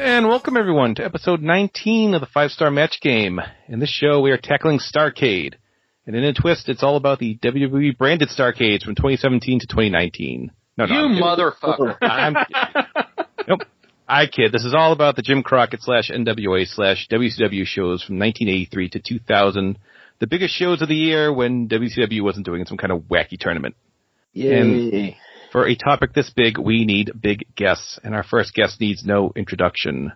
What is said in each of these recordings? And welcome everyone to episode 19 of the Five Star Match Game. In this show, we are tackling Starcade. And in a twist, it's all about the WWE branded Starcades from 2017 to 2019. No, no, You I'm kidding. motherfucker. I'm, nope, I kid. This is all about the Jim Crockett slash NWA slash WCW shows from 1983 to 2000. The biggest shows of the year when WCW wasn't doing some kind of wacky tournament. Yay. For a topic this big, we need big guests, and our first guest needs no introduction.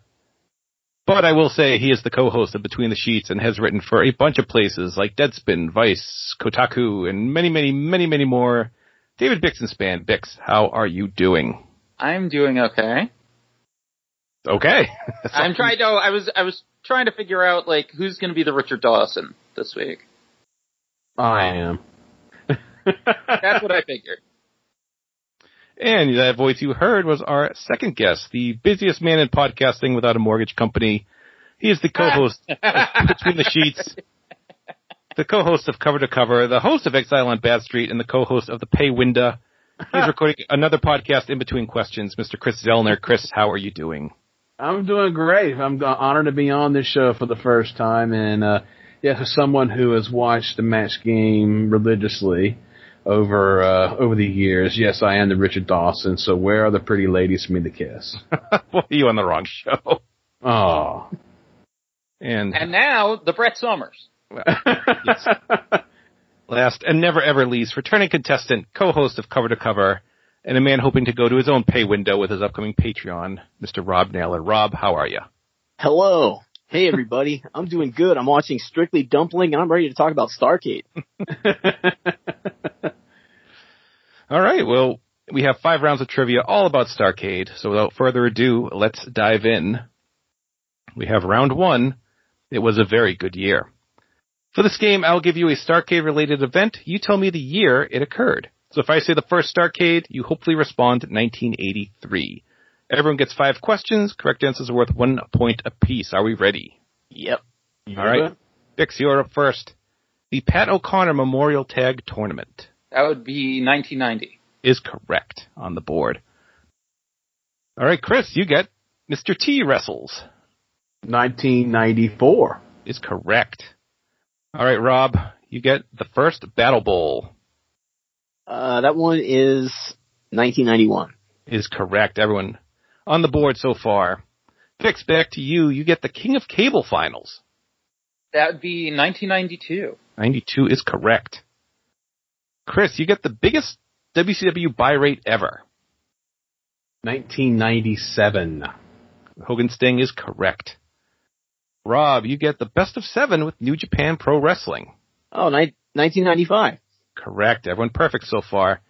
But I will say he is the co-host of Between the Sheets and has written for a bunch of places like Deadspin, Vice, Kotaku, and many, many, many, many more. David Bixenspan, Bix, how are you doing? I'm doing okay. Okay. I'm trying to. I was. I was trying to figure out like who's going to be the Richard Dawson this week. I am. That's what I figured. And that voice you heard was our second guest, the busiest man in podcasting without a mortgage company. He is the co-host of Between the Sheets, the co-host of Cover to Cover, the host of Exile on Bad Street, and the co-host of The Pay Window. He's recording another podcast in between questions. Mr. Chris Zellner, Chris, how are you doing? I'm doing great. I'm go- honored to be on this show for the first time, and uh, yeah, as someone who has watched the match game religiously over uh, over the years. Yes, I am the Richard Dawson. So where are the pretty ladies for me to kiss? Boy, you on the wrong show. Oh, And, And now the Brett Summers. yes. last and never ever least, returning contestant, co-host of Cover to Cover, and a man hoping to go to his own pay window with his upcoming Patreon, Mr. Rob Naylor. Rob, how are you? Hello. Hey everybody. I'm doing good. I'm watching Strictly Dumpling and I'm ready to talk about Starcade. All right. Well, we have five rounds of trivia all about Starcade. So without further ado, let's dive in. We have round one. It was a very good year. For this game, I'll give you a Starcade related event. You tell me the year it occurred. So if I say the first Starcade, you hopefully respond 1983. Everyone gets five questions. Correct answers are worth one point apiece. Are we ready? Yep. All right. Bix, you're up first. The Pat O'Connor Memorial Tag Tournament. That would be 1990. is correct on the board. All right, Chris, you get Mr. T wrestles 1994. is correct. All right, Rob, you get the first Battle Bowl Uh, that one is 1991. is correct. Everyone on the board so far. Fix back to you. You get the King of Cable finals. That would be 1992. 92 is correct. Chris, you get the biggest WCW buy rate ever. 1997. Hogan Sting is correct. Rob, you get the best of seven with New Japan Pro Wrestling. Oh, ni- 1995. Correct. Everyone perfect so far.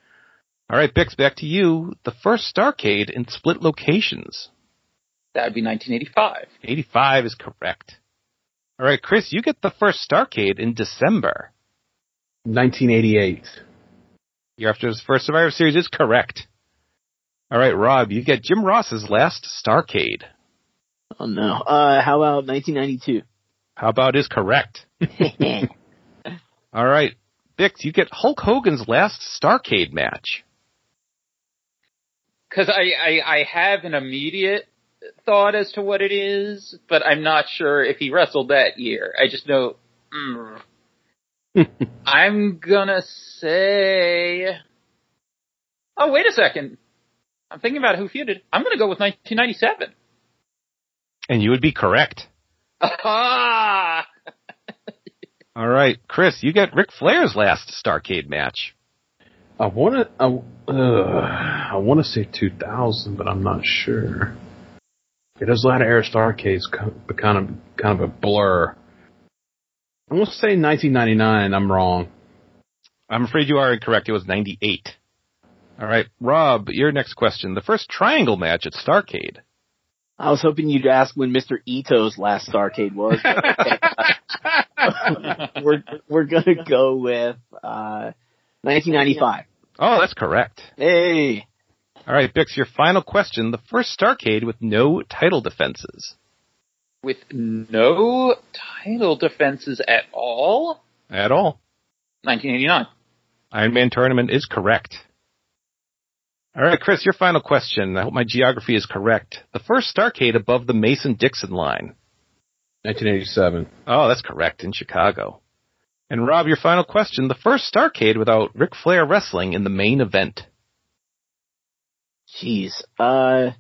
All right, Bix, back to you. The first Starcade in split locations. That would be 1985. 85 is correct. All right, Chris, you get the first Starcade in December. 1988. Year after his first Survivor Series is correct. All right, Rob, you get Jim Ross's last Starcade. Oh no. Uh, how about 1992? How about is correct? All right, Bix, you get Hulk Hogan's last Starcade match. Because I, I I have an immediate thought as to what it is, but I'm not sure if he wrestled that year. I just know. mm. I'm gonna say. Oh wait a second. I'm thinking about who feuded. I'm gonna go with 1997. And you would be correct. Ah, All right, Chris, you get Ric Flair's last Starcade match. I want to. I, uh, I want to say 2000, but I'm not sure. Yeah, those latter era Starcades kind of kind of a blur. I'm gonna say 1999. I'm wrong. I'm afraid you are incorrect. It was 98. All right, Rob, your next question. The first triangle match at Starcade. I was hoping you'd ask when Mr. Ito's last Starcade was. but uh, we're we're gonna go with uh, 1995. Oh, that's correct. Hey, All right, Bix, your final question. The first Starcade with no title defenses. With no title defenses at all? At all. 1989. Iron Man Tournament is correct. All right, Chris, your final question. I hope my geography is correct. The first Starcade above the Mason-Dixon line. 1987. Oh, that's correct, in Chicago. And Rob, your final question. The first Starcade without Ric Flair wrestling in the main event. jeez, uh,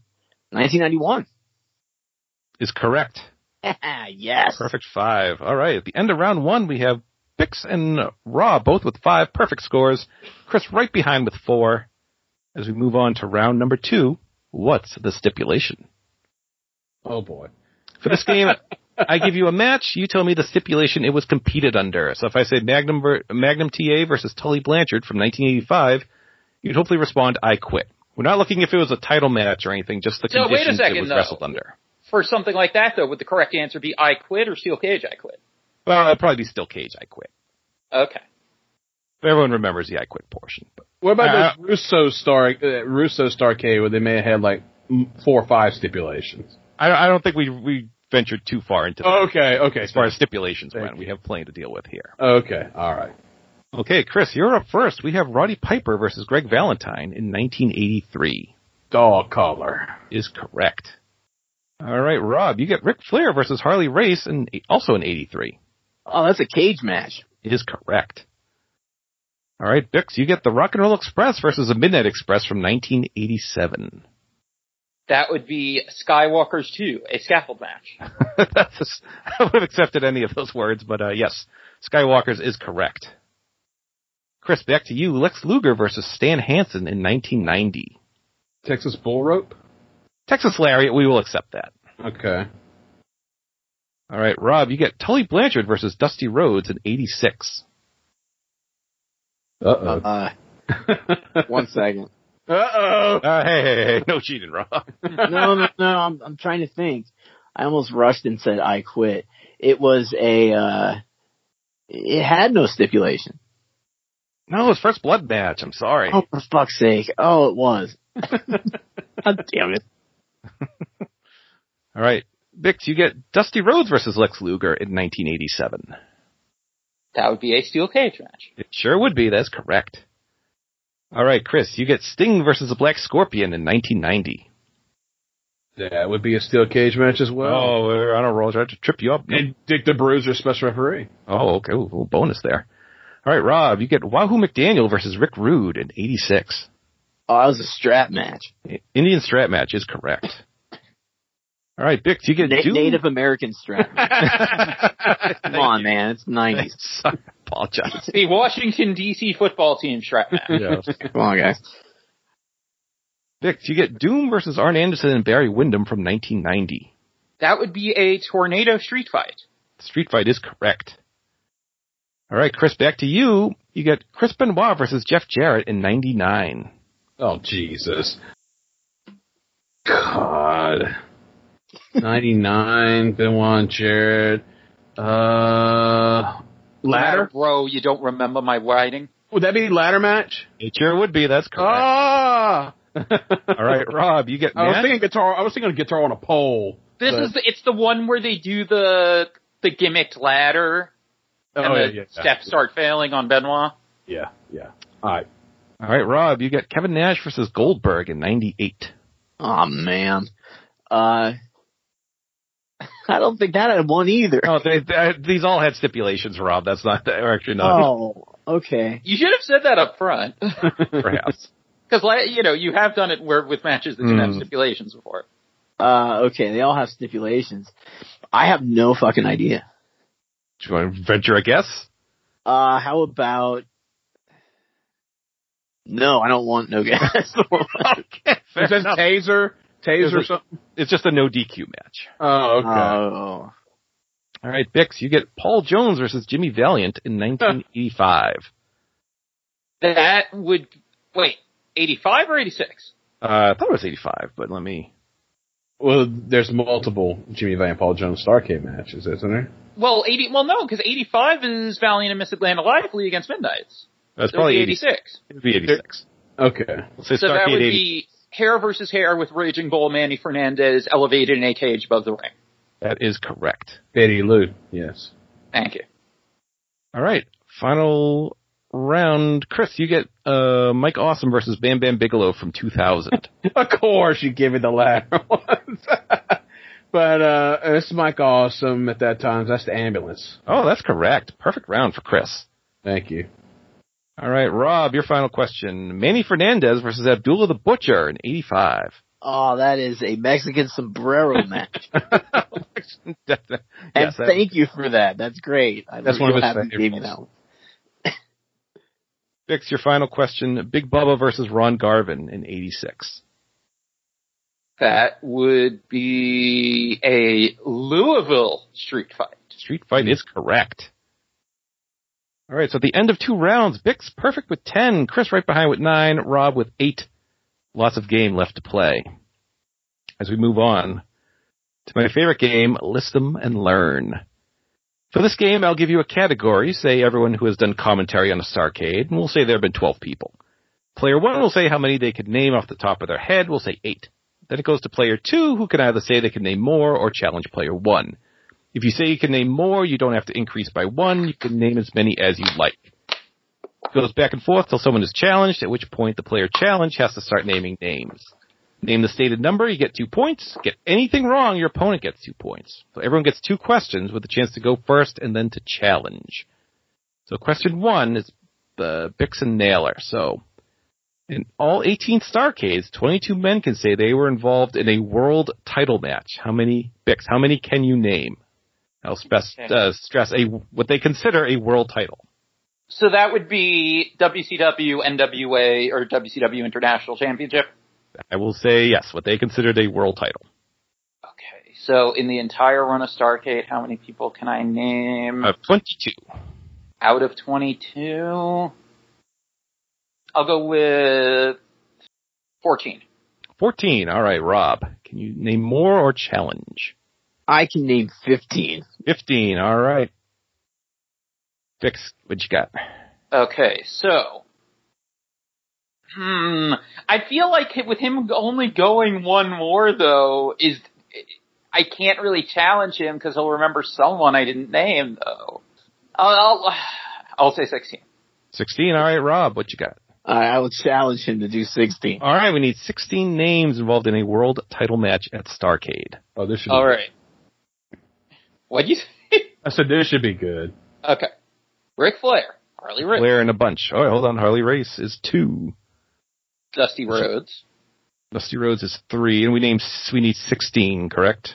1991. is correct. yes. Perfect five. All right. At the end of round one, we have Bix and Raw both with five perfect scores. Chris right behind with four. As we move on to round number two, what's the stipulation? Oh boy. For this game, I give you a match. You tell me the stipulation it was competed under. So if I say Magnum, ver- Magnum TA versus Tully Blanchard from 1985, you'd hopefully respond, I quit. We're not looking if it was a title match or anything, just the No, wait a conditions second, it was though. wrestled under. For something like that, though, would the correct answer be I quit or Steel Cage I quit? Well, it'd probably be still Cage, I quit. Okay. But everyone remembers the I quit portion. But What about Uh, those Russo Star uh, Russo Starcade where they may have had like m- four or five stipulations? I, I don't think we we ventured too far into that. Okay, okay, As far as stipulations Thank went, we have plenty to deal with here. okay, all right. Okay, Chris, you're up first. We have Roddy Piper versus Greg Valentine in 1983. Dog collar. Is correct. All right, Rob, you get Ric Flair versus Harley Race, and also in 83. Oh, that's a cage match. Is correct. All right, Bix, you get the Rock and Roll Express versus the Midnight Express from 1987. That would be Skywalker's 2, a scaffold match. That's just, I would have accepted any of those words, but uh, yes, Skywalker's is correct. Chris, back to you. Lex Luger versus Stan Hansen in 1990. Texas bull rope. Texas Lariat, we will accept that. Okay. All right, Rob, you get Tully Blanchard versus Dusty Rhodes in 86. Uh Uh, oh. one second. Uh oh. Uh, hey, hey, hey, no cheating, Rob. No, no, no. I'm I'm trying to think. I almost rushed and said I quit. It was a. uh It had no stipulation. No, it's first blood match. I'm sorry. Oh, for fuck's sake! Oh, it was. God damn it! All right, Bix, you get Dusty Rhodes versus Lex Luger in 1987. That would be a Steel Cage match. It sure would be. That's correct. All right, Chris, you get Sting versus the Black Scorpion in 1990. That would be a steel cage match as well. oh, we're on a roll. Tried to trip you up. And Dick the Bruiser, special referee. Oh, okay. Ooh, a little bonus there. All right, Rob, you get Wahoo McDaniel versus Rick Rude in 86. Oh, it was a strap match. Indian strap match is correct. All right, Bix, you get Na- Doom. Native American strap. match. Come on, man. It's nineties. Sorry, apologize. The Washington DC football team strap match. Come on, guys. Bix, you get Doom versus Arn Anderson and Barry Windham from 1990. That would be a tornado street fight. Street Fight is correct. All right, Chris, back to you. You get Chris Benoit versus Jeff Jarrett in 99. Oh Jesus. God. Ninety nine, Benoit Jared. Uh Ladder? Bro, you don't remember my writing? Would that be ladder match? It sure would be. That's correct. Ah All right, Rob, you get I was Matt. thinking guitar I was thinking guitar on a pole. This But- is the, it's the one where they do the the gimmicked ladder Oh, and yeah, the yeah, yeah. steps start failing on Benoit. Yeah, yeah. Alright. All right, Rob, you get Kevin Nash versus Goldberg in 98. Oh man. Uh, I don't think that had one either. Oh, they, they, these all had stipulations, Rob. That's not, or actually not, Oh, okay. You should have said that up front perhaps. because you know you have done it where, with matches that didn't have Mm. stipulations before. Uh, okay. They all have stipulations. I have no fucking idea. Do you want to venture a guess? Uh, how about? No, I don't want no gas. okay, fair It says enough. taser, Taser or There's a- something? It's just a no DQ match. Oh, okay. Oh. Uh, All right, Bix, you get Paul Jones versus Jimmy Valiant in 1985. That would wait, eighty five or eighty six? Uh, I thought it was 85, but let me. well, there's multiple Jimmy Van Paul Jones Starcade matches, isn't there? Well, eighty. Well, no, because eighty five is Valiant and Miss Atlanta Lively against Midnight's. That's So probably eighty 86. six. It would be 86. Okay. Let's say So that Starcade would 80. be hair versus hair with Raging Bull Manny Fernandez elevated in a cage above the ring. That is correct. Betty Lou, yes. Thank you. All right, final round. Chris, you get uh, Mike Awesome versus Bam Bam Bigelow from 2000. of course you give it the latter ones. but uh it's Mike Awesome at that time. That's the ambulance. oh, that's correct. Perfect round for Chris. Thank you. All right, Rob, your final question. Manny Fernandez versus Abdullah the Butcher in 85. Oh, that is a Mexican sombrero match. and And thank you for that. That's great. I'm That's one of real his happy you gave me favorites. that one. Fix your final question. Big Bubba versus Ron Garvin in 86. That would be a Louisville street fight. Street fight is correct. All right, so at the end of two rounds, Bix perfect with 10, Chris right behind with 9, Rob with 8. Lots of game left to play. As we move on to my favorite game, List Them and Learn. For this game, I'll give you a category, say everyone who has done commentary on a Starcade, and we'll say there have been 12 people. Player 1 will say how many they could name off the top of their head, we'll say 8. Then it goes to player 2, who can either say they can name more or challenge player 1. If you say you can name more, you don't have to increase by one. You can name as many as you like. It goes back and forth till someone is challenged, at which point the player challenged has to start naming names. Name the stated number, you get two points. Get anything wrong, your opponent gets two points. So everyone gets two questions with a chance to go first and then to challenge. So question one is uh, Bix and Naylor. So in all 18 Starcades, 22 men can say they were involved in a world title match. How many, Bix, how many can you name? I'll stress, Okay. uh, stress a, what they consider a world title. So that would be WCW, NWA, or WCW International Championship. I will say yes, what they considered a world title. Okay. So in the entire run of Starcade, how many people can I name Uh, 22. out of 22? I'll go with 14. 14. All right, Rob. Can you name more or challenge? I can name 15. 15. All right. Fix what you got. Okay, so. Hmm. I feel like with him only going one more though is I can't really challenge him because he'll remember someone I didn't name though. I'll I'll, I'll say sixteen. 16. All right, Rob. What you got? Uh, I would challenge him to do 16. All right. We need 16 names involved in a world title match at Starcade. Oh, this should All be right. What'd you say? I said this should be good. okay. Ric Flair, Harley Race, Blair in a bunch. All right, hold on. Harley Race is two. Dusty Rhodes. Dusty Rhodes is three. And we name, we need 16, correct?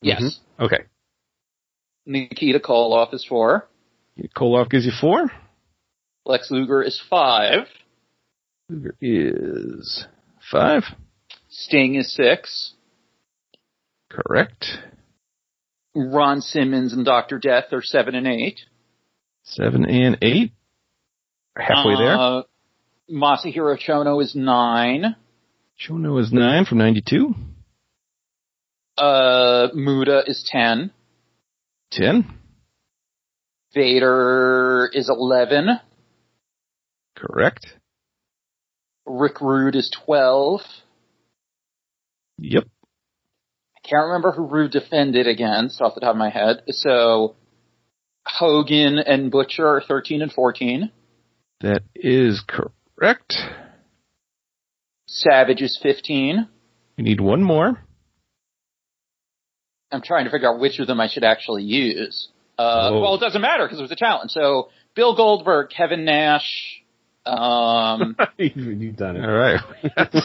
Yes. Okay. Nikita Koloff is four. Koloff gives you four. Lex Luger is five. Luger is five. Sting is six. Correct. Ron Simmons and Doctor Death are seven and eight. Seven and eight. Halfway there. Uh, Masahiro Chono is nine. Chono is nine from 92. Uh, Muda is ten. Ten. Vader is eleven. Correct. Rick Rude is twelve. Yep. I can't remember who Rude defended against off the top of my head. So Hogan and Butcher are thirteen and fourteen. That is correct. Savage is fifteen. We need one more. I'm trying to figure out which of them I should actually use. Uh, Oh. Well, it doesn't matter because it was a challenge. So Bill Goldberg, Kevin Nash. Um, You've you've done All it. right.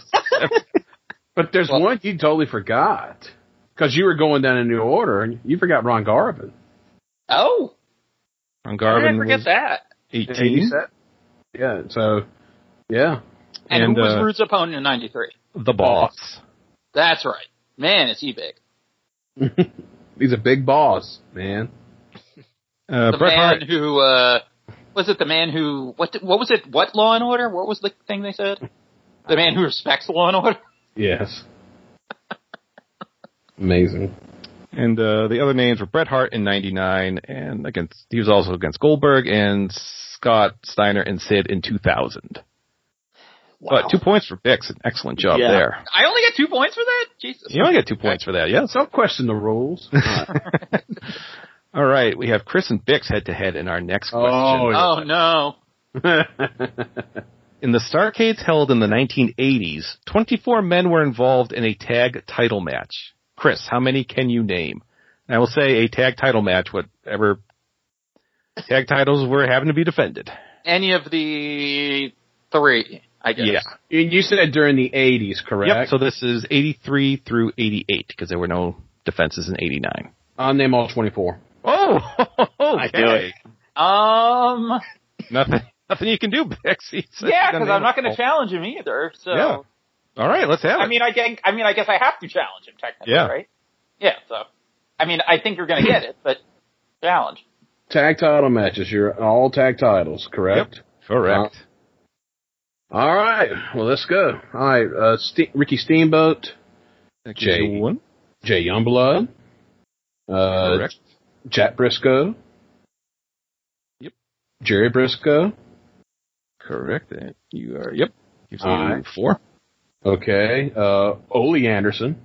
But there's Well- one you totally forgot. Because you were going down a new order and you forgot Ron Garvin. oh, Ron how did I Garvin forget was that? 18. Mm-hmm. Yeah, so yeah. And, And, who was uh, Rude's opponent in '93? The boss. That's right. Man, is he big. He's a big boss, man. Uh, The Bret man Hart, who uh was it the man who what did- what was it what Law and Order? What was the thing they said? The man who respects Law and Order. Yes. Amazing. and uh, the other names were Bret Hart in '99, and against he was also against Goldberg and Scott Steiner and Sid in 2000. Wow. But two points for Bix, an excellent job Yeah. there. I only get two points for that. Jesus. You only get two points for that, yes. Don't question the rules. All right, we have Chris and Bix head to head in our next question. Oh, yeah. Oh no. In the Starcades held in the 1980s, 24 men were involved in a tag title match. Chris, how many can you name? And I will say a tag title match, whatever tag titles were having to be defended. Any of the three, I guess. Yeah. And you said during the 80s, Yep. correct? So this is 83 through 88 because there were no defenses in 89. I'll name all 24. Oh, I do it. Um. Nothing, nothing you can do, Bix. He's- Yeah, he's because I'm not going name to it. challenge him either. So Yeah. All right, let's have it. I mean, I get, I mean, I guess I have to challenge him technically, Yeah. right? Yeah. So, I mean, I think you're going to get it, but challenge. Tag title matches. You're all tag titles, correct? Correct. All right. Well, let's go. All right. Uh, Ste- Ricky Steamboat, Thank Jay. you, Owen. Jay Youngblood, uh, Correct. Jack Briscoe. Yep. Jerry Briscoe. Correct. And You are. Yep. Gives you All right. four. Okay. Uh, Ole Anderson.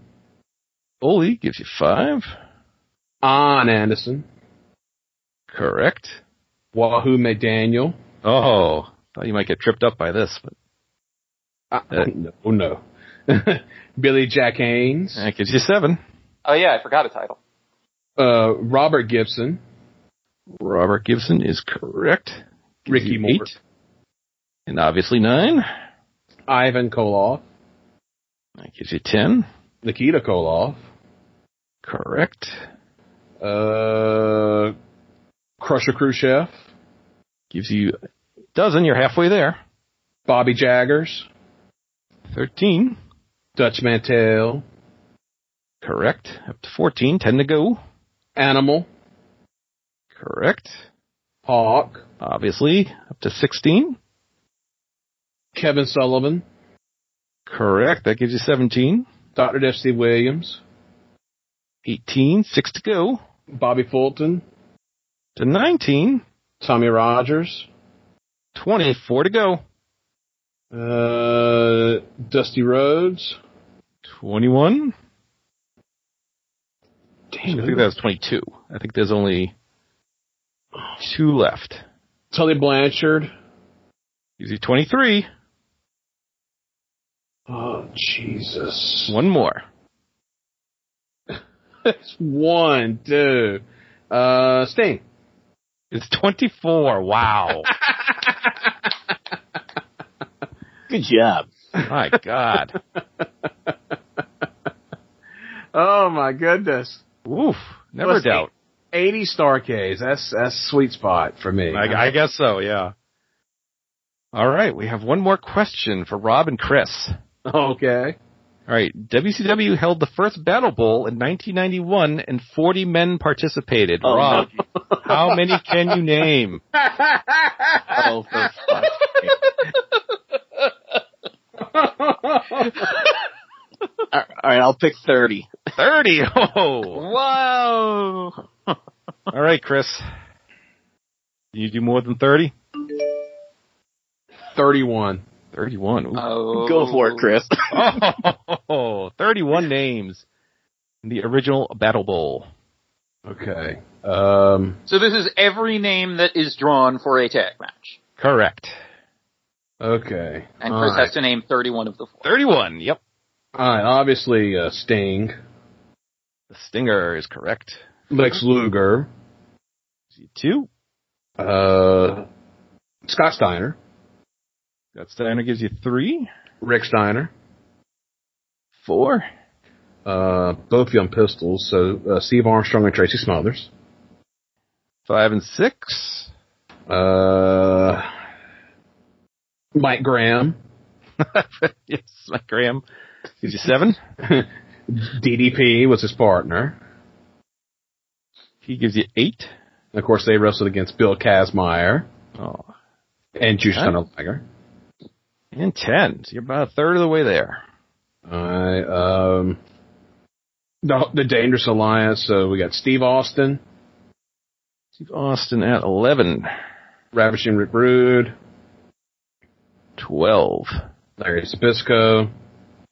Oli gives you five. On Anderson. Correct. Wahoo McDaniel. Oh, thought you might get tripped up by this, but Uh, Uh, oh, no. Billy Jack Haynes. that gives you seven. Oh yeah, I forgot a title. Uh, Robert Gibson. Robert Gibson is correct. Gives Ricky you Morton. eight. And obviously nine. Ivan Koloff. That gives you ten. Nikita Koloff. Correct. Uh, Crusher Khrushchev. Gives you a dozen. You're halfway there. Bobby Jaggers. Thirteen. Dutch Mantel. Correct. Up to fourteen. Ten to go. Animal. Correct. Hawk. Obviously up to sixteen. Kevin Sullivan. Correct. That gives you seventeen. Dr. F. C. Williams. Eighteen. Six to go. Bobby Fulton. To nineteen. Tommy Rogers. 24 to go. Uh, Dusty Rhodes. 21? I Damn, think that was 22. I think there's only two left. Tully Blanchard. Gives you 23. Oh, Jesus. One more. That's one, dude. Uh, Sting. It's 24. Wow. Good job. My God. Oh, my goodness. Oof. Never Let's see. doubt. 80 Starcades. That's, that's sweet spot for me. I, I guess so, yeah. All right. We have one more question for Rob and Chris. okay. All right. WCW held the first Battle Bowl in 1991 and 40 men participated. Oh, Rob, how many can you name? Oh, for fuck's sake. All right, I'll pick 30. 30. Oh. Whoa. All right, Chris. Can you do more than 30? 31. 31. Ooh. Oh. Go for it, Chris. Oh, 31 names in the original Battle Bowl. Okay. Um, So this is every name that is drawn for a tag match, Correct. okay. and All Chris right. has to name 31 of the four. 31. Yep. All right, obviously uh, Sting, The Stinger is correct. Lex Luger, Two. uh, Scott Steiner, That Steiner gives you three. Rick Steiner, Four. uh, both Young Pistols, so uh, Steve Armstrong and Tracy Smothers, Five and six. uh, Mike Graham, yes, Mike Graham. Is he seven? DDP was his partner. He gives you eight. And of course, they wrestled against Bill Kazmaier Oh, and Juice Okay. Liger. and ten. So you're about a third of the way there. I um the the Dangerous Alliance. So we got Steve Austin, Steve Austin at 11. Ravishing Rick Rude, 12. Larry Sabisco,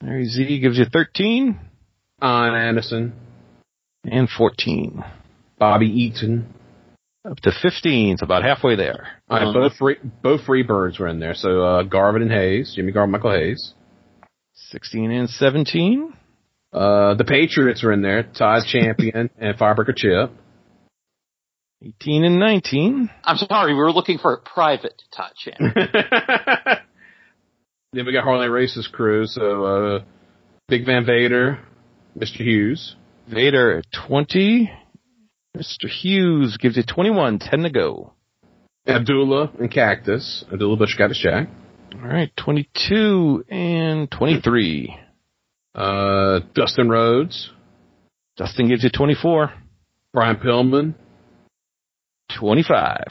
Larry Z gives you 13 Ian Anderson, and 14. Bobby Eaton. Up to 15, so about halfway there. All right, Um, both free, both Freebirds were in there. So uh, Garvin and Hayes, Jimmy Garmichael Hayes. 16 and 17. Uh, the Patriots were in there. Todd Champion and Firebreaker Chip. 18 and 19. I'm sorry, we were looking for a private Todd Chan. then we got Harley Race's crew. So uh, Big Van Vader, Mr. Hughes. Vader at 20. Mr. Hughes gives you 21, 10 to go. Abdullah and Cactus. Abdullah Bush got his jack. All right, 22 and 23. Uh, Dustin Rhodes, Dustin gives you 24, Brian Pillman, 25.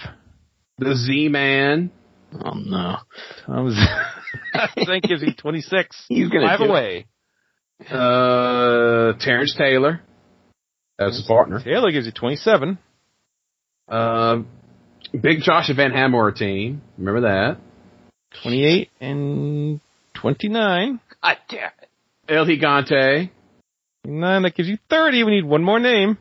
the Z Man. Oh no, Tom Z- Dustin gives you 26. he's gonna Five do it. away. Uh, Terrence Taylor. That's his partner. Taylor gives you 27. Uh, Big Josh and Van Hammer team. Remember that. 28 and 29. God damn it. El Gigante. Nine, that gives you 30. We need one more name.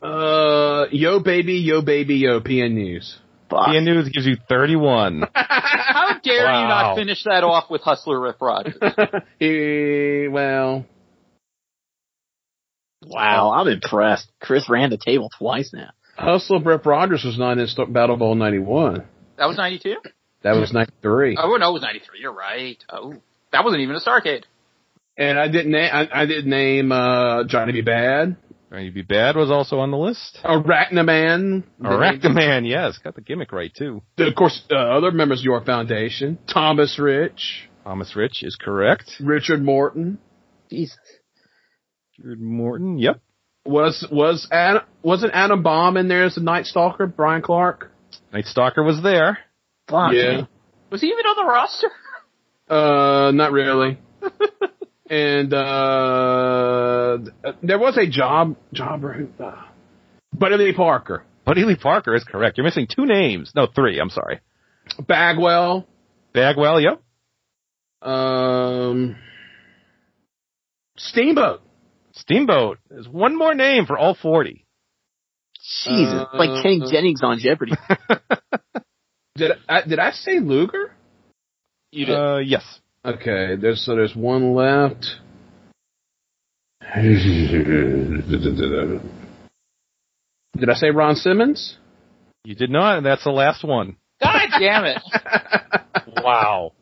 Uh, Yo Baby, Yo Baby, Yo PN News. Ah. Fuck. PN News gives you 31. How dare you Wow. not finish that off with Hustler Rip Rogers? Eh, well, Wow, I'm impressed. Chris ran the table twice now. Hustle Brett Rogers was not in St- Battle Bowl 91. That was 92? That was 93. Oh, no, it was 93. You're right. Oh, that wasn't even a Starcade. And I didn't name, I, I didn't name, uh, Johnny B. Bad. You'd be bad was also on the list. Arachnaman. Arachnaman, yes. Got the gimmick right, too. Of course, uh, other members of your foundation. Thomas Rich, Thomas Rich is correct. Richard Morton. Jesus. Richard Morton, yep. Was, was Adam, wasn't Adam Baum in there as the Night Stalker? Brian Clark? Night Stalker was there. Fuck. Yeah. Was he even on the roster? Uh, not really. and, uh, there was a job, job, uh, Buddy Lee Parker. Buddy Lee Parker is correct. You're missing two names. No, three, I'm sorry. Bagwell. Bagwell, yep. Um, Steamboat. Steamboat. There's one more name for all 40. Jesus. Uh, like Kenny Jennings on Jeopardy. Did I, did I say Luger? You did. Uh, yes. Okay, there's so there's one left. Did I say Ron Simmons? You did not, and that's the last one. God damn it. Wow.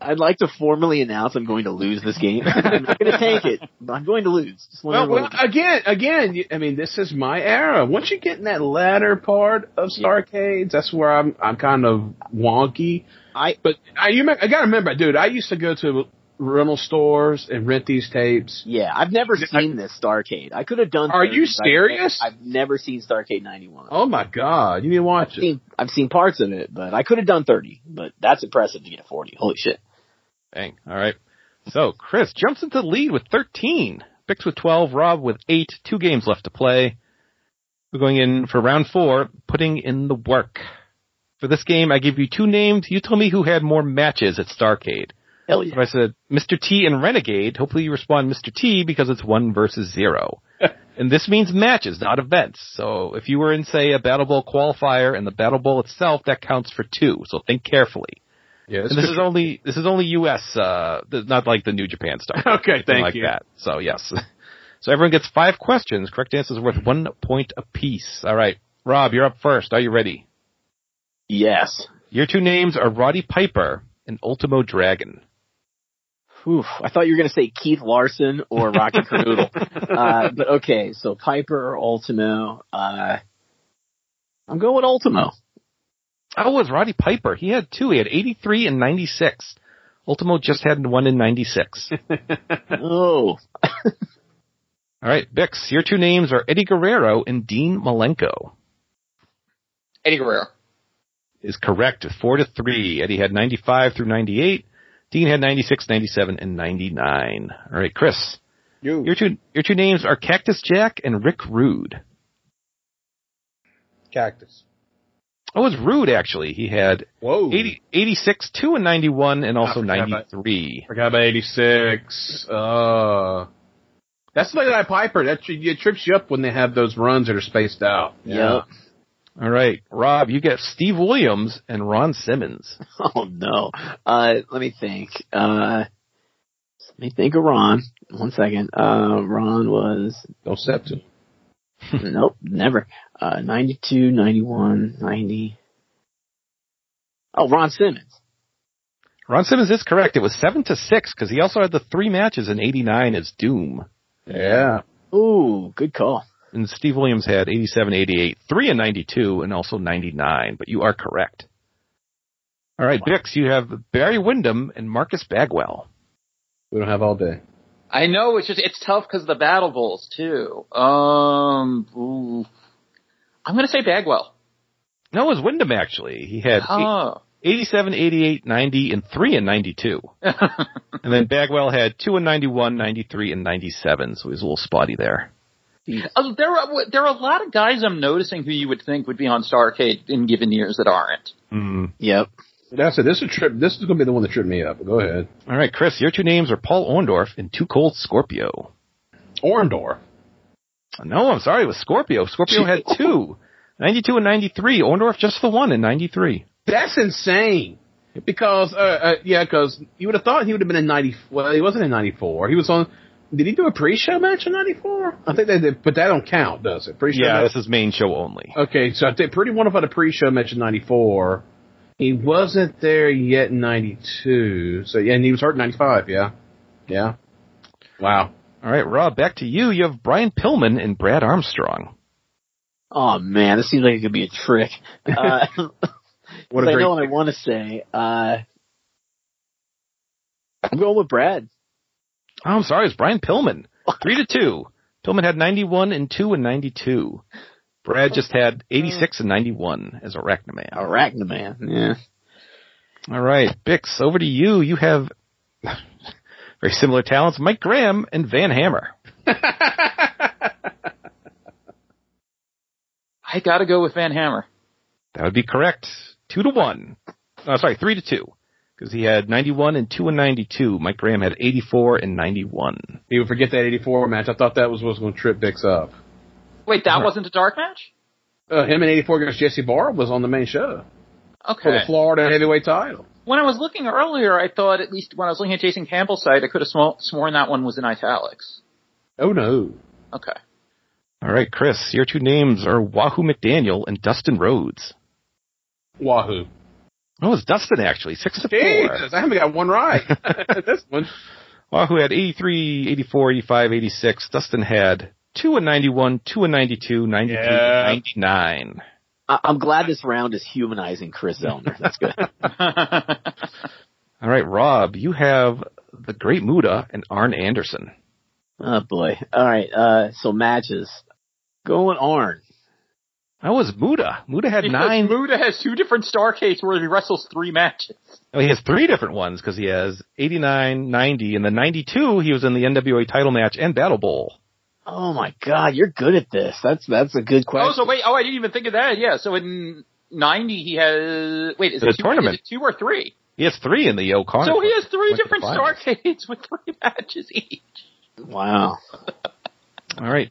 I'd like to formally announce I'm going to lose this game. I'm not going to take it. but I'm going to lose. Just want Well, well, everyone to- again, again. you- I mean, this is my era. Once you get in that latter part of Starcades, that's where I'm. I'm kind of wonky. I- but I you remem- I gotta remember, dude. I used to go to rental stores and rent these tapes. yeah, I've never I- seen this Starcade. I could have done. Are you 30, but I've- serious? I've never seen Starcade 91. Oh my god, you need to watch I've it. seen, I've seen parts of it, but I could have done 30. But that's impressive to get a 40. Holy shit. Bang. All right. So Chris jumps into the lead with 13. Bix with 12. Rob with 8. Two games left to play. We're going in for round four, putting in the work. For this game, I give you two names. You tell me who had more matches at Starcade. Hell If yeah. I said Mr. T and Renegade, hopefully you respond Mr. T because it's one versus zero. and this means matches, not events. So if you were in, say, a Battle Bowl qualifier and the Battle Bowl itself, that counts for two. So think carefully. Yeah, it's And this good. is only this is only U.S. Uh, th- not like the New Japan stuff. okay. Something Thank like you. that. So yes, so everyone gets five questions. Correct answers worth one point apiece. All right, Rob, you're up first. Are you ready? Yes. Your two names are Roddy Piper and Ultimo Dragon. Oof, I thought you were going to say Keith Larson or Rocky Canoodle. Uh, but okay, so Piper or Ultimo. Uh, I'm going with Ultimo. Oh, it was Roddy Piper. He had two. He had 83 and 96. Ultimo just had one in 96. Oh, All right, Bix, your two names are Eddie Guerrero and Dean Malenko. Eddie Guerrero. Is correct, four to three. Eddie had 95 through 98. Dean had 96, 97, and 99. All right, Chris, You. your two your two names are Cactus Jack and Rick Rude. Cactus. Oh, it was Rude actually. He had Whoa. 80, 86, 2 and 91, and also I forgot about- 93. Forgot about 86. Uh, that's like that Piper. That tr- it trips you up when they have those runs that are spaced out. yeah. All right, Rob, you get Steve Williams and Ron Simmons. Oh no. Uh, let me think. Uh, let me think of Ron. One second. Uh, Ron was Don't step to. nope, never. Uh, 92, 91, 90. Oh, Ron Simmons. Ron Simmons is correct. It was 7 to 6 because he also had the three matches in 89 as Doom. Yeah. Ooh, good call. And Steve Williams had 87, 88, 3 and 92, and also 99, but you are correct. All right, Bix, you have Barry Windham and Marcus Bagwell. We don't have all day. I know it's just it's tough because the battle bulls too. Um, ooh. I'm gonna say Bagwell. No, it was Wyndham actually. He had eight- Oh, 87, 88, 90, and 3 and 92. And then Bagwell had 2 and 91, 93, and 97, so he was a little spotty there. Oh, there are there are a lot of guys I'm noticing who you would think would be on Starcade in given years that aren't. Yep. That's it. This is trip. This is gonna be the one that tripped me up. Go ahead. All right, Chris, your two names are Paul Orndorff and Two Cold Scorpio. Orndorff. No, I'm sorry, it was Scorpio. Scorpio had two. 92 and 93. Orndorff just the one in 93. That's insane. Because uh, uh yeah, because you would have thought he would have been in ninety. Well, he wasn't in ninety four. He was on. Did he do a pre-show match in ninety four? I think they did, but that don't count, does it? Pre-show. Yeah, match- this is main show only. Okay, so I think Pretty Wonderful had a pre-show match in '94. He wasn't there yet in '92. So yeah, and he was hurt in '95. Yeah, yeah. Wow. All right, Rob, back to you. You have Brian Pillman and Brad Armstrong. Oh man, this seems like it could be a trick. Uh, What a I great. know what I want to say. Uh, I'm going with Brad. Oh, I'm sorry, it's Brian Pillman. Three to two. Pillman had 91 and two and 92. Brad just had 86 and 91 as Arachnoman. Arachnoman. Yeah. All right, Bix, over to you. You have very similar talents, Mike Graham and Van Hammer. I gotta go with Van Hammer. That would be correct. Two to one. Uh, sorry, three to two. Because he had 91 and two and 92. Mike Graham had 84 and 91. You would forget that '84 match. I thought that was what was going to trip Bix up. Wait, that wasn't a dark match? Uh, him in '84 against Jesse Barr was on the main show for Okay. the Florida heavyweight title. When I was looking earlier, I thought at least when I was looking at Jason Campbell's site, I could have sw- sworn that one was in italics. Oh no. Okay. All right, Chris, your two names are Wahoo McDaniel and Dustin Rhodes. Wahoo. Oh, it's Dustin actually. Six to four. Jesus, I haven't got one right. this one. Wahoo had 83, 84, 85, 86. Dustin had two and 91, two and 92, 93, Yeah. 99. I- I'm glad this round is humanizing Chris Zellner. That's good. All right, Rob, you have the Great Muda and Arn Anderson. oh boy. All right. Uh, so matches. Going Arn. That was Muda. Muda had Because nine. Muda has two different Starcades where he wrestles three matches. Oh, he has three different ones because he has 89, 90, and then 92 he was in the NWA title match and Battle Bowl. Oh my God, you're good at this. That's that's a good Oh, question. so wait. Oh, I didn't even think of that. Yeah. So in 90, he has. Wait, is The it, two, tournament. is it two or three? He has three in the O'Connor. so he has three went to different the finals. Starcades with three matches each. Wow. All right.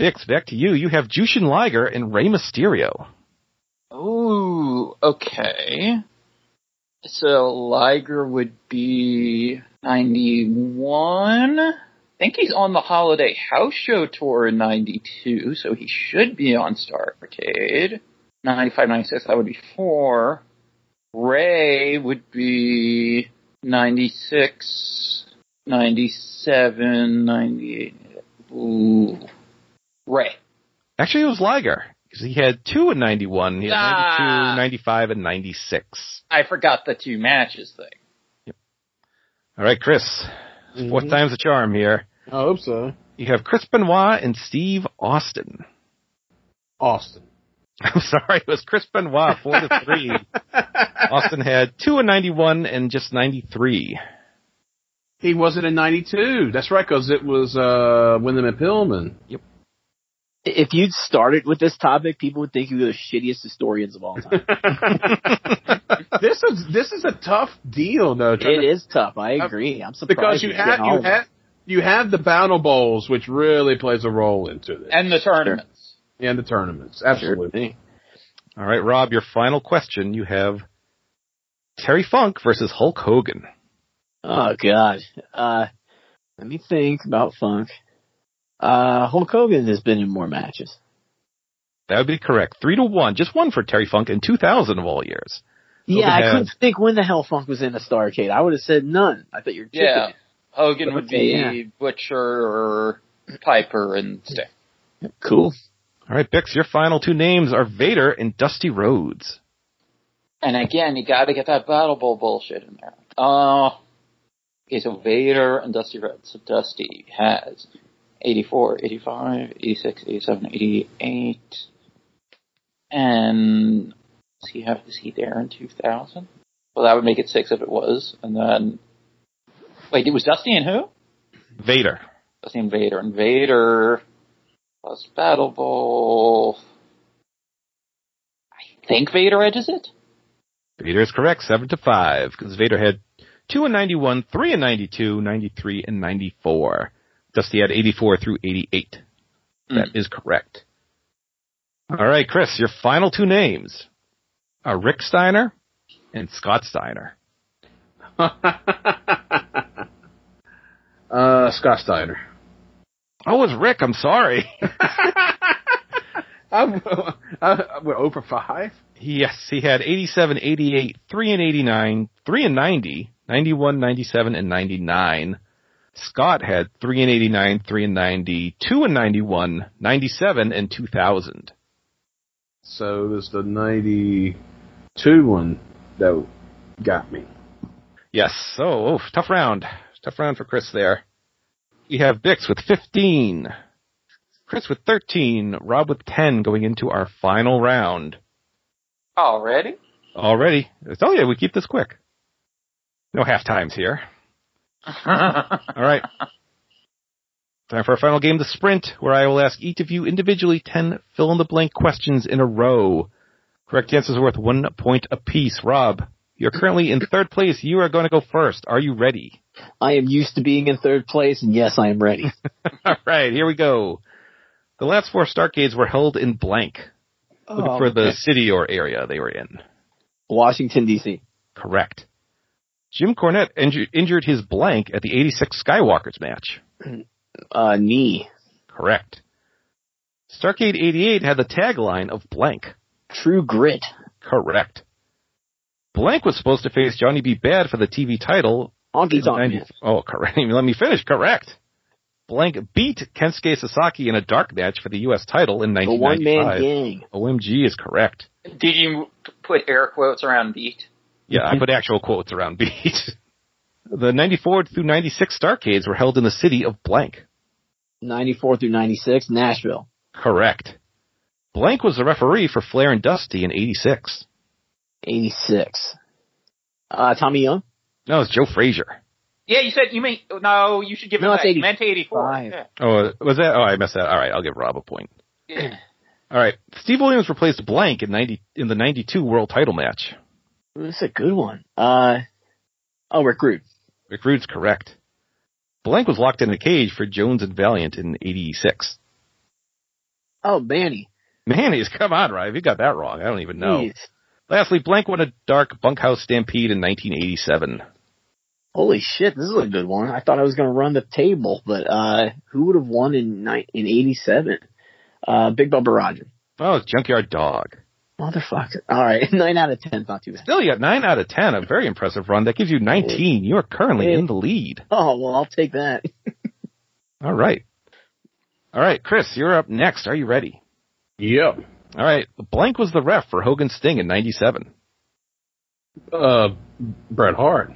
Bix, back to you. You have Jushin Liger and Rey Mysterio. Ooh, okay. So Liger would be 91. I think he's on the Holiday House Show tour in 92, so he should be on Starcade. 95, 96, that would be 4. Ray would be 96, 97, 98. Ooh. Ray. Actually, it was Liger because he had two in 91. He had Ah. 92, 95, and 96. I forgot the two matches thing. All right, Chris. 4th Mhm. time's the charm here. I hope so. You have Chris Benoit and Steve Austin. Austin. I'm sorry, it was Chris Benoit four to three. Austin had two and ninety one and just ninety three. He wasn't in '92. That's right, because it was uh, Wyndham and Pillman. If you'd started with this topic, people would think you were the shittiest historians of all time. this is this is a tough deal, though. trying it to- is tough. I agree. I'm surprised because you you're getting have all you of them. have you have the Battle Bowls, which really plays a role into this, And the tournaments. and the tournaments. Sure Absolutely. thing. All right, Rob, your final question. You have Terry Funk versus Hulk Hogan. Oh god. Uh, let me think about Funk. Uh, Hulk Hogan has been in more matches. That would be correct. Three to one, just one for Terry Funk in two thousand of all years. yeah, I has- couldn't think when the hell Funk was in a Starcade. I would have said none. I thought you were Yeah. kidding. Hogan would be Okay, Butcher or Piper and stuff. Cool. All right, Bix, your final two names are Vader and Dusty Rhodes. And again, you gotta get that Battle Bowl bullshit in there. Uh, okay, so Vader and Dusty Rhodes. So Dusty has 84, 85, 86, 87, 88. And does he have, is he there in 2000? Well, that would make it six if it was. And then, wait, it was Dusty and who? Vader. Let's see, Invader. Invader plus Battle Bowl. I think Vader edges it. Vader is correct, seven to five, because Vader had two and ninety one, three and 92, 93, and ninety four. Dusty had eighty four through eighty eight. That is correct. All right, Chris, your final two names are Rick Steiner and Scott Steiner. uh, Scott Steiner. Oh, it's Rick. I'm sorry. I'm, I, we're over five. yes, he had 87, 88, 3 and 89, 3 and 90, 91, 97, and 99. Scott had 3 and 89, 3 and 90, 2 and 91, 97, and 2000. So it was the '92 one that got me. Yes. So oh, tough round. Tough round for Chris there. We have Bix with 15, Chris with 13, Rob with 10 going into our final round. Already? Already. It's- Oh yeah, we keep this quick. No half times here. All right. Time for our final game, the sprint, where I will ask each of you individually 10 fill in the blank questions in a row. Correct answers worth one point apiece. Rob, you're currently in third place. You are going to go first. Are you ready? I am used to being in third place, and yes, I am ready. All right, here we go. The last four Starcades were held in blank looking Oh, for the city or area they were in. Um, Washington D.C. Correct. Jim Cornette inju- injured his blank at the 86 Skywalkers match. Uh, knee. Correct. Starcade 88 had the tagline of blank. True grit. Correct. Blank was supposed to face Johnny B. Bad for the TV title. Honky tonk. 90 man. oh, correct. Let me finish. Correct. Blank beat Kensuke Sasaki in a dark match for the U.S. title in The one 1995. man gang. OMG is correct. Did you put air quotes around beat? Yeah, I put actual quotes around beat. The 94 through 96 Starcades were held in the city of blank. 94 through 96, Nashville. Correct. Blank was the referee for Flair and Dusty in 86. 86. Uh, Tommy Young? No, it's Joe Frazier. Yeah, you said you mean no. You should give No, it it's back. You 85. meant eighty-four. Yeah. Oh, was that? Oh, I messed that. All right, I'll give Rob a point. Yeah. All right, Steve Williams replaced Blank in 90 in the 92 World Title match. Ooh, That's a good one. Uh, oh, Rick Rude. Rick Rude's correct. Blank was locked in a cage for Jones and Valiant in 86. Oh, Manny. Man, he's come on, Rob. You got that wrong. I don't even know. Jeez. Lastly, Blank won a dark bunkhouse stampede in 1987. Holy shit, this is a good one. I thought I was going to run the table, but uh, who would have won in ni- in 87? Uh, Big Bubba Roger. Oh, it's Junkyard Dog. Motherfucker. All right, 9 out of 10 's not too bad. Still, you got 9 out of 10. A very impressive run. That gives you 19. You are currently in the lead. Oh, well, I'll take that. All right. All right, Chris, you're up next. Are you ready? Yep. All right. Blank was the ref for Hogan Sting in 97. Uh, Bret Hart.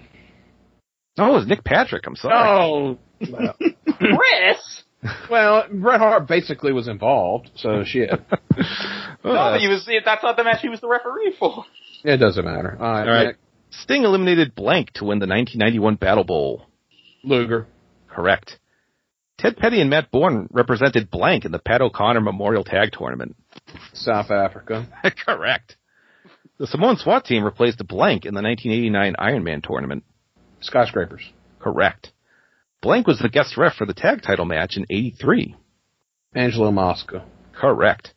No, it was Nick Patrick. I'm sorry. Oh, well, Chris. well, Bret Hart basically was involved, so shit. no, Uh, he was. That's not the match he was the referee for. It doesn't matter. All right, All right. Nick Sting eliminated Blank to win the 1991 Battle Bowl. Luger. Correct. Ted Petty and Matt Bourne represented Blank in the Pat O'Connor Memorial Tag Tournament. South Africa. Correct. The Samoan SWAT team replaced Blank in the 1989 Iron Man tournament. Skyscrapers. Correct. Blank was the guest ref for the tag title match in 83. Angelo Mosca. Correct.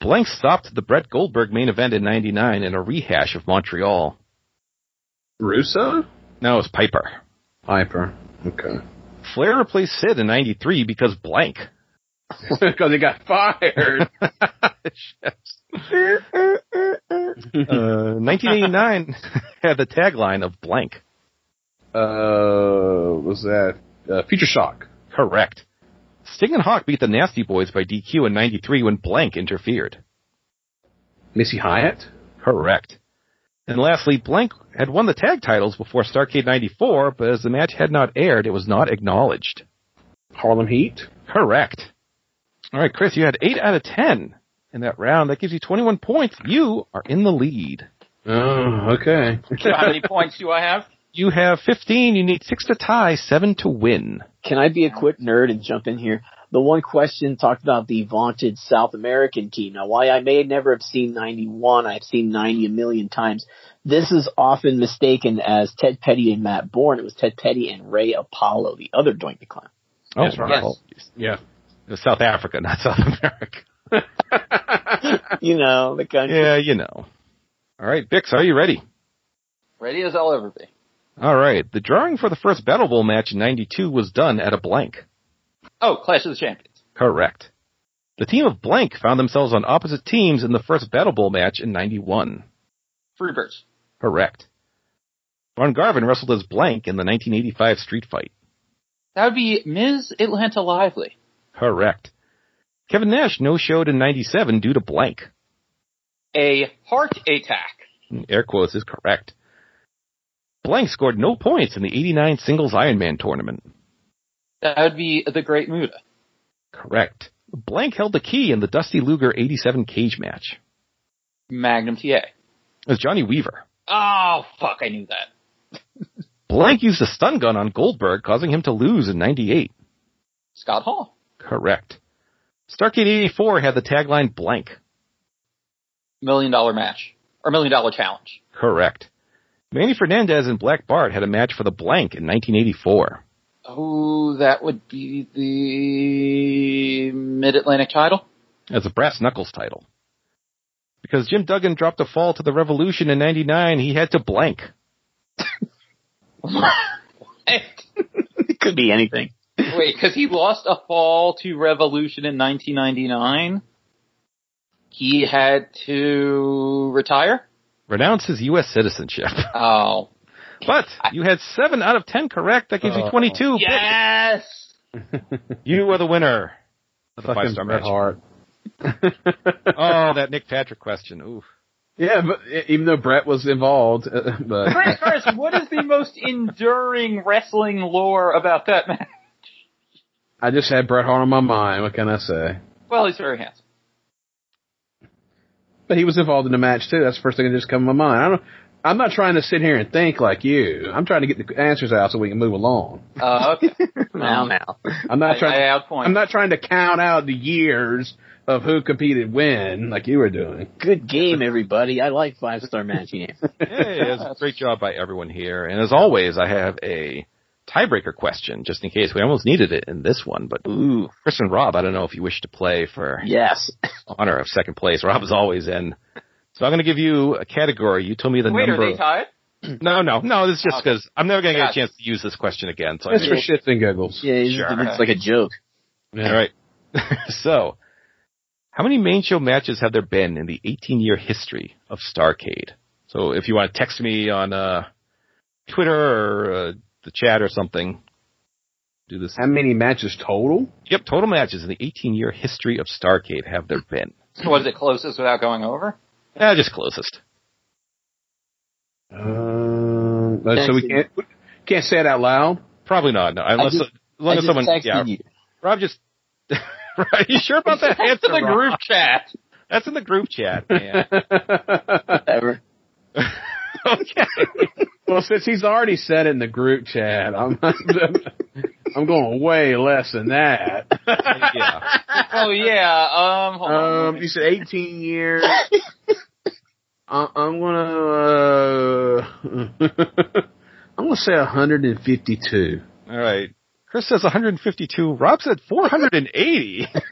Blank stopped the Brett Goldberg main event in 99 in a rehash of Montreal. Russo? No, it was Piper. Piper. Okay. Flair replaced Sid in 93 because Blank. Because he got fired. Uh, 1989 had the tagline of Blank. uh, was that uh, Future Shock? Correct. Sting and Hawk beat the Nasty Boys by DQ in 93 when Blank interfered. Missy Hyatt? Correct. And lastly, Blank had won the tag titles before Starcade 94, but as the match had not aired, it was not acknowledged. Harlem Heat? Correct. All right, Chris, you had 8 out of 10 in that round. That gives you 21 points. You are in the lead. Oh, okay. So how many points do I have? You have 15. You need 6 to tie, 7 to win. Can I be a quick nerd and jump in here? The one question talked about the vaunted South American team. Now, while I may never have seen 91, I've seen 90 a million times. This is often mistaken as Ted Petty and Matt Bourne. It was Ted Petty and Ray Apollo, the other Doink the Clown. Oh, Yes, right. well, Yeah. It was South Africa, not South America. You know, the country. Yeah, you know. All right, Bix, are you ready? Ready as I'll ever be. All right. The drawing for the first Battle Bowl match in 92 was done at a blank. Oh, Clash of the Champions. Correct. The team of blank found themselves on opposite teams in the first Battle Bowl match in 91. Freebirds. Correct. Von Garvin wrestled as blank in the 1985 street fight. That would be Ms. Atlanta Lively. Correct. Kevin Nash no-showed in 97 due to blank. A heart attack. Air quotes is correct. Blank scored no points in the 89 singles Ironman tournament. That would be the Great Muda. Correct. Blank held the key in the Dusty Luger 87 cage match. Magnum TA. It was Johnny Weaver. Oh, fuck, I knew that. Blank used a stun gun on Goldberg, causing him to lose in 98. Scott Hall. Correct. Starcade 84 had the tagline blank. Million dollar match. Or million dollar challenge. Correct. Manny Fernandez and Black Bart had a match for the blank in 1984. Oh, that would be the Mid Atlantic title. As a brass knuckles title. Because Jim Duggan dropped a fall to the Revolution in 99, he had to blank. Wait, It could be anything. because Eh, he lost a fall to Revolution in 1999. He had to retire. Renounced his U.S. citizenship. Oh, But you had 7 out of 10 correct. That gives you Oh. 22. yes. You are the winner of the Fucking five-star Bret match. Hart. Oh, that Nick Patrick question. Oof. Yeah, but e- even though Brett was involved, uh, but Chris, Chris, what is the most enduring wrestling lore about that man? I just had Bret Hart on my mind. What can I say? Well, he's very handsome. But he was involved in the match too. That's the first thing that just come to my mind. I don't. I'm not trying to sit here and think like you. I'm trying to get the answers out so we can move along. Uh, okay. Now, now. I'm not I, trying. I outpoint. I'm not trying to count out the years of who competed when, like you were doing. Good game, everybody. I like five star matching. Hey, that's a great job by everyone here. And as always, I have a tiebreaker question just in case. We almost needed it in this one, but Ooh, Chris and Rob, I don't know if you wish to play for yes. honor of second place. Rob is always in. So I'm going to give you a category. You tell me the Wait, are they number. tied? No, no, no. This is just Okay. because I'm never going to get a Gotcha. chance to use this question again. So I It's for may- shits and giggles. Yeah, it's, Sure. it's like a joke. all right. so, how many main show matches have there been in the 18 year history of Starcade? So, if you want to text me on uh, Twitter or uh, the chat or something, do this. How many matches total? Yep, total matches in the 18 year history of Starcade have there been? Eh, Was it closest without going over? Ah, just closest. Uh, so we can't. Can't say it out loud. Probably not. No, unless just- I unless just someone. texted Yeah, you. Rob just. Are you sure about that? That's answer, in the Rob? group chat. That's in the group chat. Man. Whatever. okay. well, since he's already said it in the group chat, I'm I'm going way less than that. Yeah. Oh yeah. Um. Hold on. Um, you said 18 years. I, I'm gonna uh, I'm gonna say 152. All right. Chris says 152. Rob said 480. I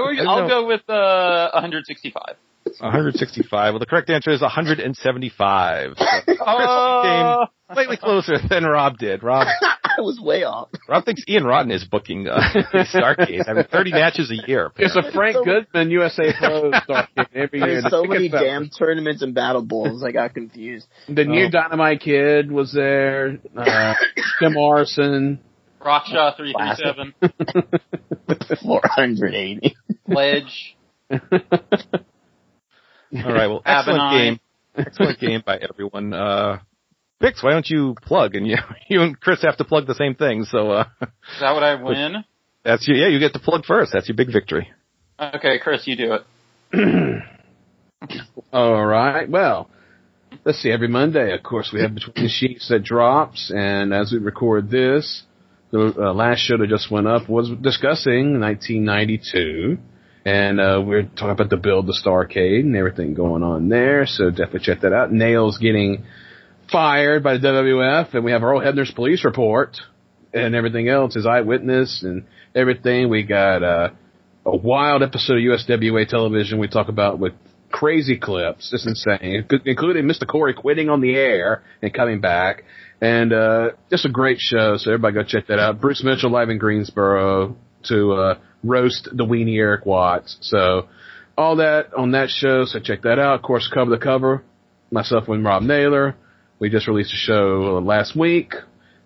would, No. I'll go with uh 165. 165. Well, the correct answer is 175. So Uh, slightly closer than Rob did. Rob I was way off. Rob thinks Ian Rotten is booking uh, Starcade. I mean, 30 matches a year. It's a Frank so- Goodman USA Pro star kid every year. There's so Look many at that. damn tournaments and battle bowls. I got confused. The new Oh. Dynamite Kid was there. Uh, Tim Morrison. Rockshaw 337. 480. Ledge. All right. Well, excellent Abenai. game. Excellent game by everyone. Uh, Bix, why don't you plug? And you, you and Chris have to plug the same thing. So uh, Is that what I win? that's your, yeah, you get to plug first. That's your big victory. Okay, Chris, you do it. All right. Well, let's see. Every Monday, of course, we have Between the Sheets that drops, and as we record this, the uh, last show that just went up was discussing 1992, and uh, we're talking about the build, the Starcade, and everything going on there. So definitely check that out. Nails getting fired by the WWF, and we have Earl Hebner's police report and everything else, his eyewitness and everything. We got uh, a wild episode of USWA television we talk about with crazy clips. It's insane, inclu- including Mr. Corey quitting on the air and coming back. And uh, just a great show, so everybody go check that out. Bruce Mitchell live in Greensboro to uh, roast the weenie Eric Watts. So all that on that show, so check that out. Of course, cover to cover, myself and Rob Naylor. We just released a show uh, last week,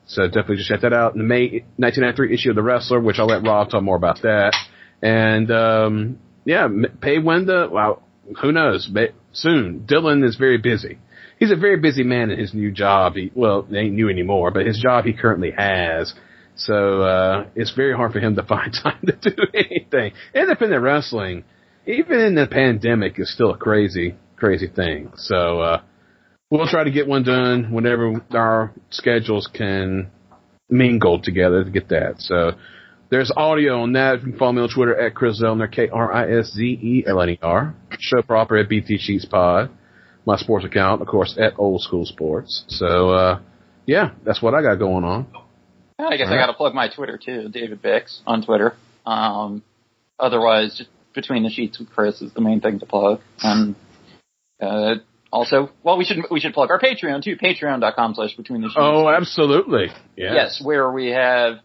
so definitely just check that out. The May 1993 issue of The Wrestler, which I'll let Rob talk more about that. And um, yeah, m- pay Wenda. Well, who knows? May- Soon, Dylan is very busy. He's a very busy man in his new job. He, well, it ain't new anymore, but his job he currently has. So uh, it's very hard for him to find time to do anything. Independent wrestling, even in the pandemic, is still a crazy, crazy thing. So uh, we'll try to get one done whenever our schedules can mingle together to get that. So there's audio on that. You can follow me on Twitter at Chris Zellner, K R I S Z E L N E R. Show proper at BT Sheets Pod. My sports account, of course, at Old School Sports. So, uh, yeah, that's what I got going on. I guess I got Alright. to plug my Twitter too, David Bix on Twitter. Um, otherwise, just between the sheets with Chris is the main thing to plug. Um, uh, also, well, we should we should plug our Patreon too, Patreon.com/slash Between the Sheets. Oh, absolutely. yes. Yeah. where we have.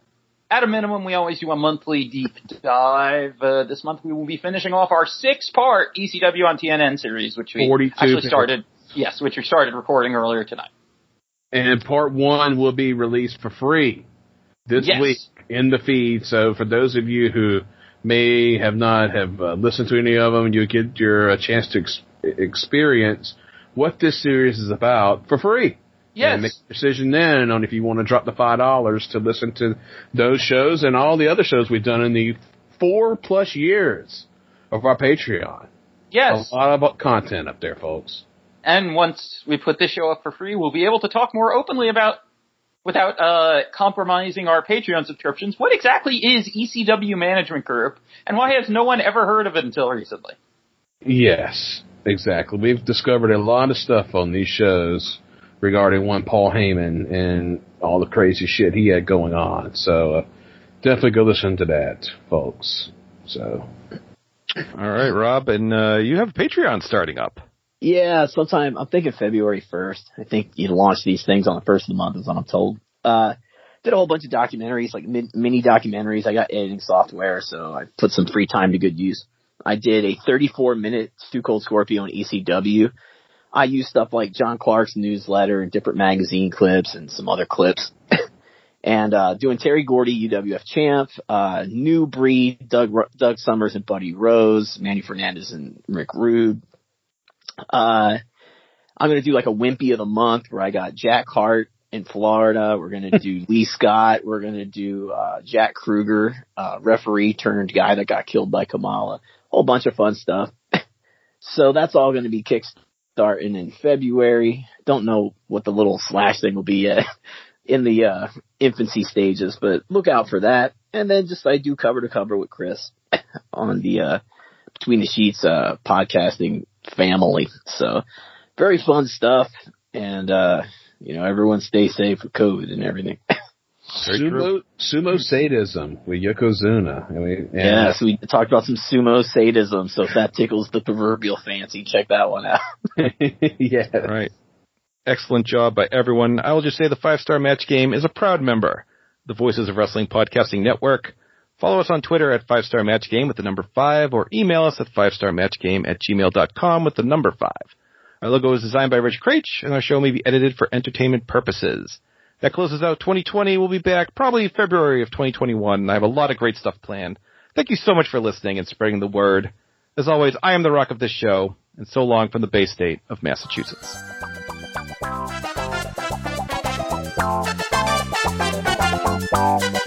At a minimum, we always do a monthly deep dive. Uh, this month, we will be finishing off our six-part ECW on TNN series, which we 42 actually pa- started. Yes, which we started recording earlier tonight. And part one will be released for free this Yes. week in the feed. So for those of you who may have not have uh, listened to any of them, you get your uh, chance to ex- experience what this series is about for free. Yes, And make a decision then on if you want to drop the five dollars to listen to those shows and all the other shows we've done in the four plus years of our Patreon. yes. A lot of content up there, folks. And once we put this show up for free, we'll be able to talk more openly about, without uh, compromising our Patreon subscriptions, what exactly is ECW Management Group, and why has no one ever heard of it until recently? Yes, exactly. We've discovered a lot of stuff on these shows regarding one Paul Heyman and all the crazy shit he had going on. So uh, definitely go listen to that, folks. So All right, Rob, and uh, you have Patreon starting up. Yeah, sometime I'm thinking February first. I think you launch these things on the first of the month, is what I'm told. Uh, did a whole bunch of documentaries, like min- mini documentaries. I got editing software, so I put some free time to good use. I did a 34 minute Stu Cold Scorpio on ECW. I used stuff like John Clark's newsletter and different magazine clips and some other clips. and uh, doing Terry Gordy, UWF champ, uh, New Breed, Doug Ru- Doug Summers and Buddy Rose, Manny Fernandez and Rick Rude uh, I'm gonna do like a wimpy of the month where I got Jack Hart, in Florida. We're gonna do Lee Scott. We're gonna do uh, Jack Kruger, uh, referee turned guy that got killed by Kamala. Whole bunch of fun stuff. so that's all gonna be kickstarting in February. Don't know what the little slash thing will be yet. In the uh, infancy stages, but look out for that. And then just I do cover to cover with Chris on the uh, Between the Sheets uh, podcasting family. So very fun stuff. And uh, you know, everyone stay safe with COVID and everything. Very Sumo, sumo sadism with Yokozuna. I mean, Yeah. so we talked about some sumo sadism. So if that tickles the proverbial fancy, check that one out. yeah. All right. Excellent job by everyone. I will just say the Five Star Match Game is a proud member of the Voices of Wrestling Podcasting Network. Follow us on Twitter at Five Star Match Game with the number five or email us at five star match game at gmail.com with the number five. Our logo is designed by Rich Craich and our show may be edited for entertainment purposes. That closes out 2020. We'll be back probably February of 2021. and I have a lot of great stuff planned. Thank you so much for listening and spreading the word. As always, I am the rock of this show and so long from the Bay State of Massachusetts. Thank you.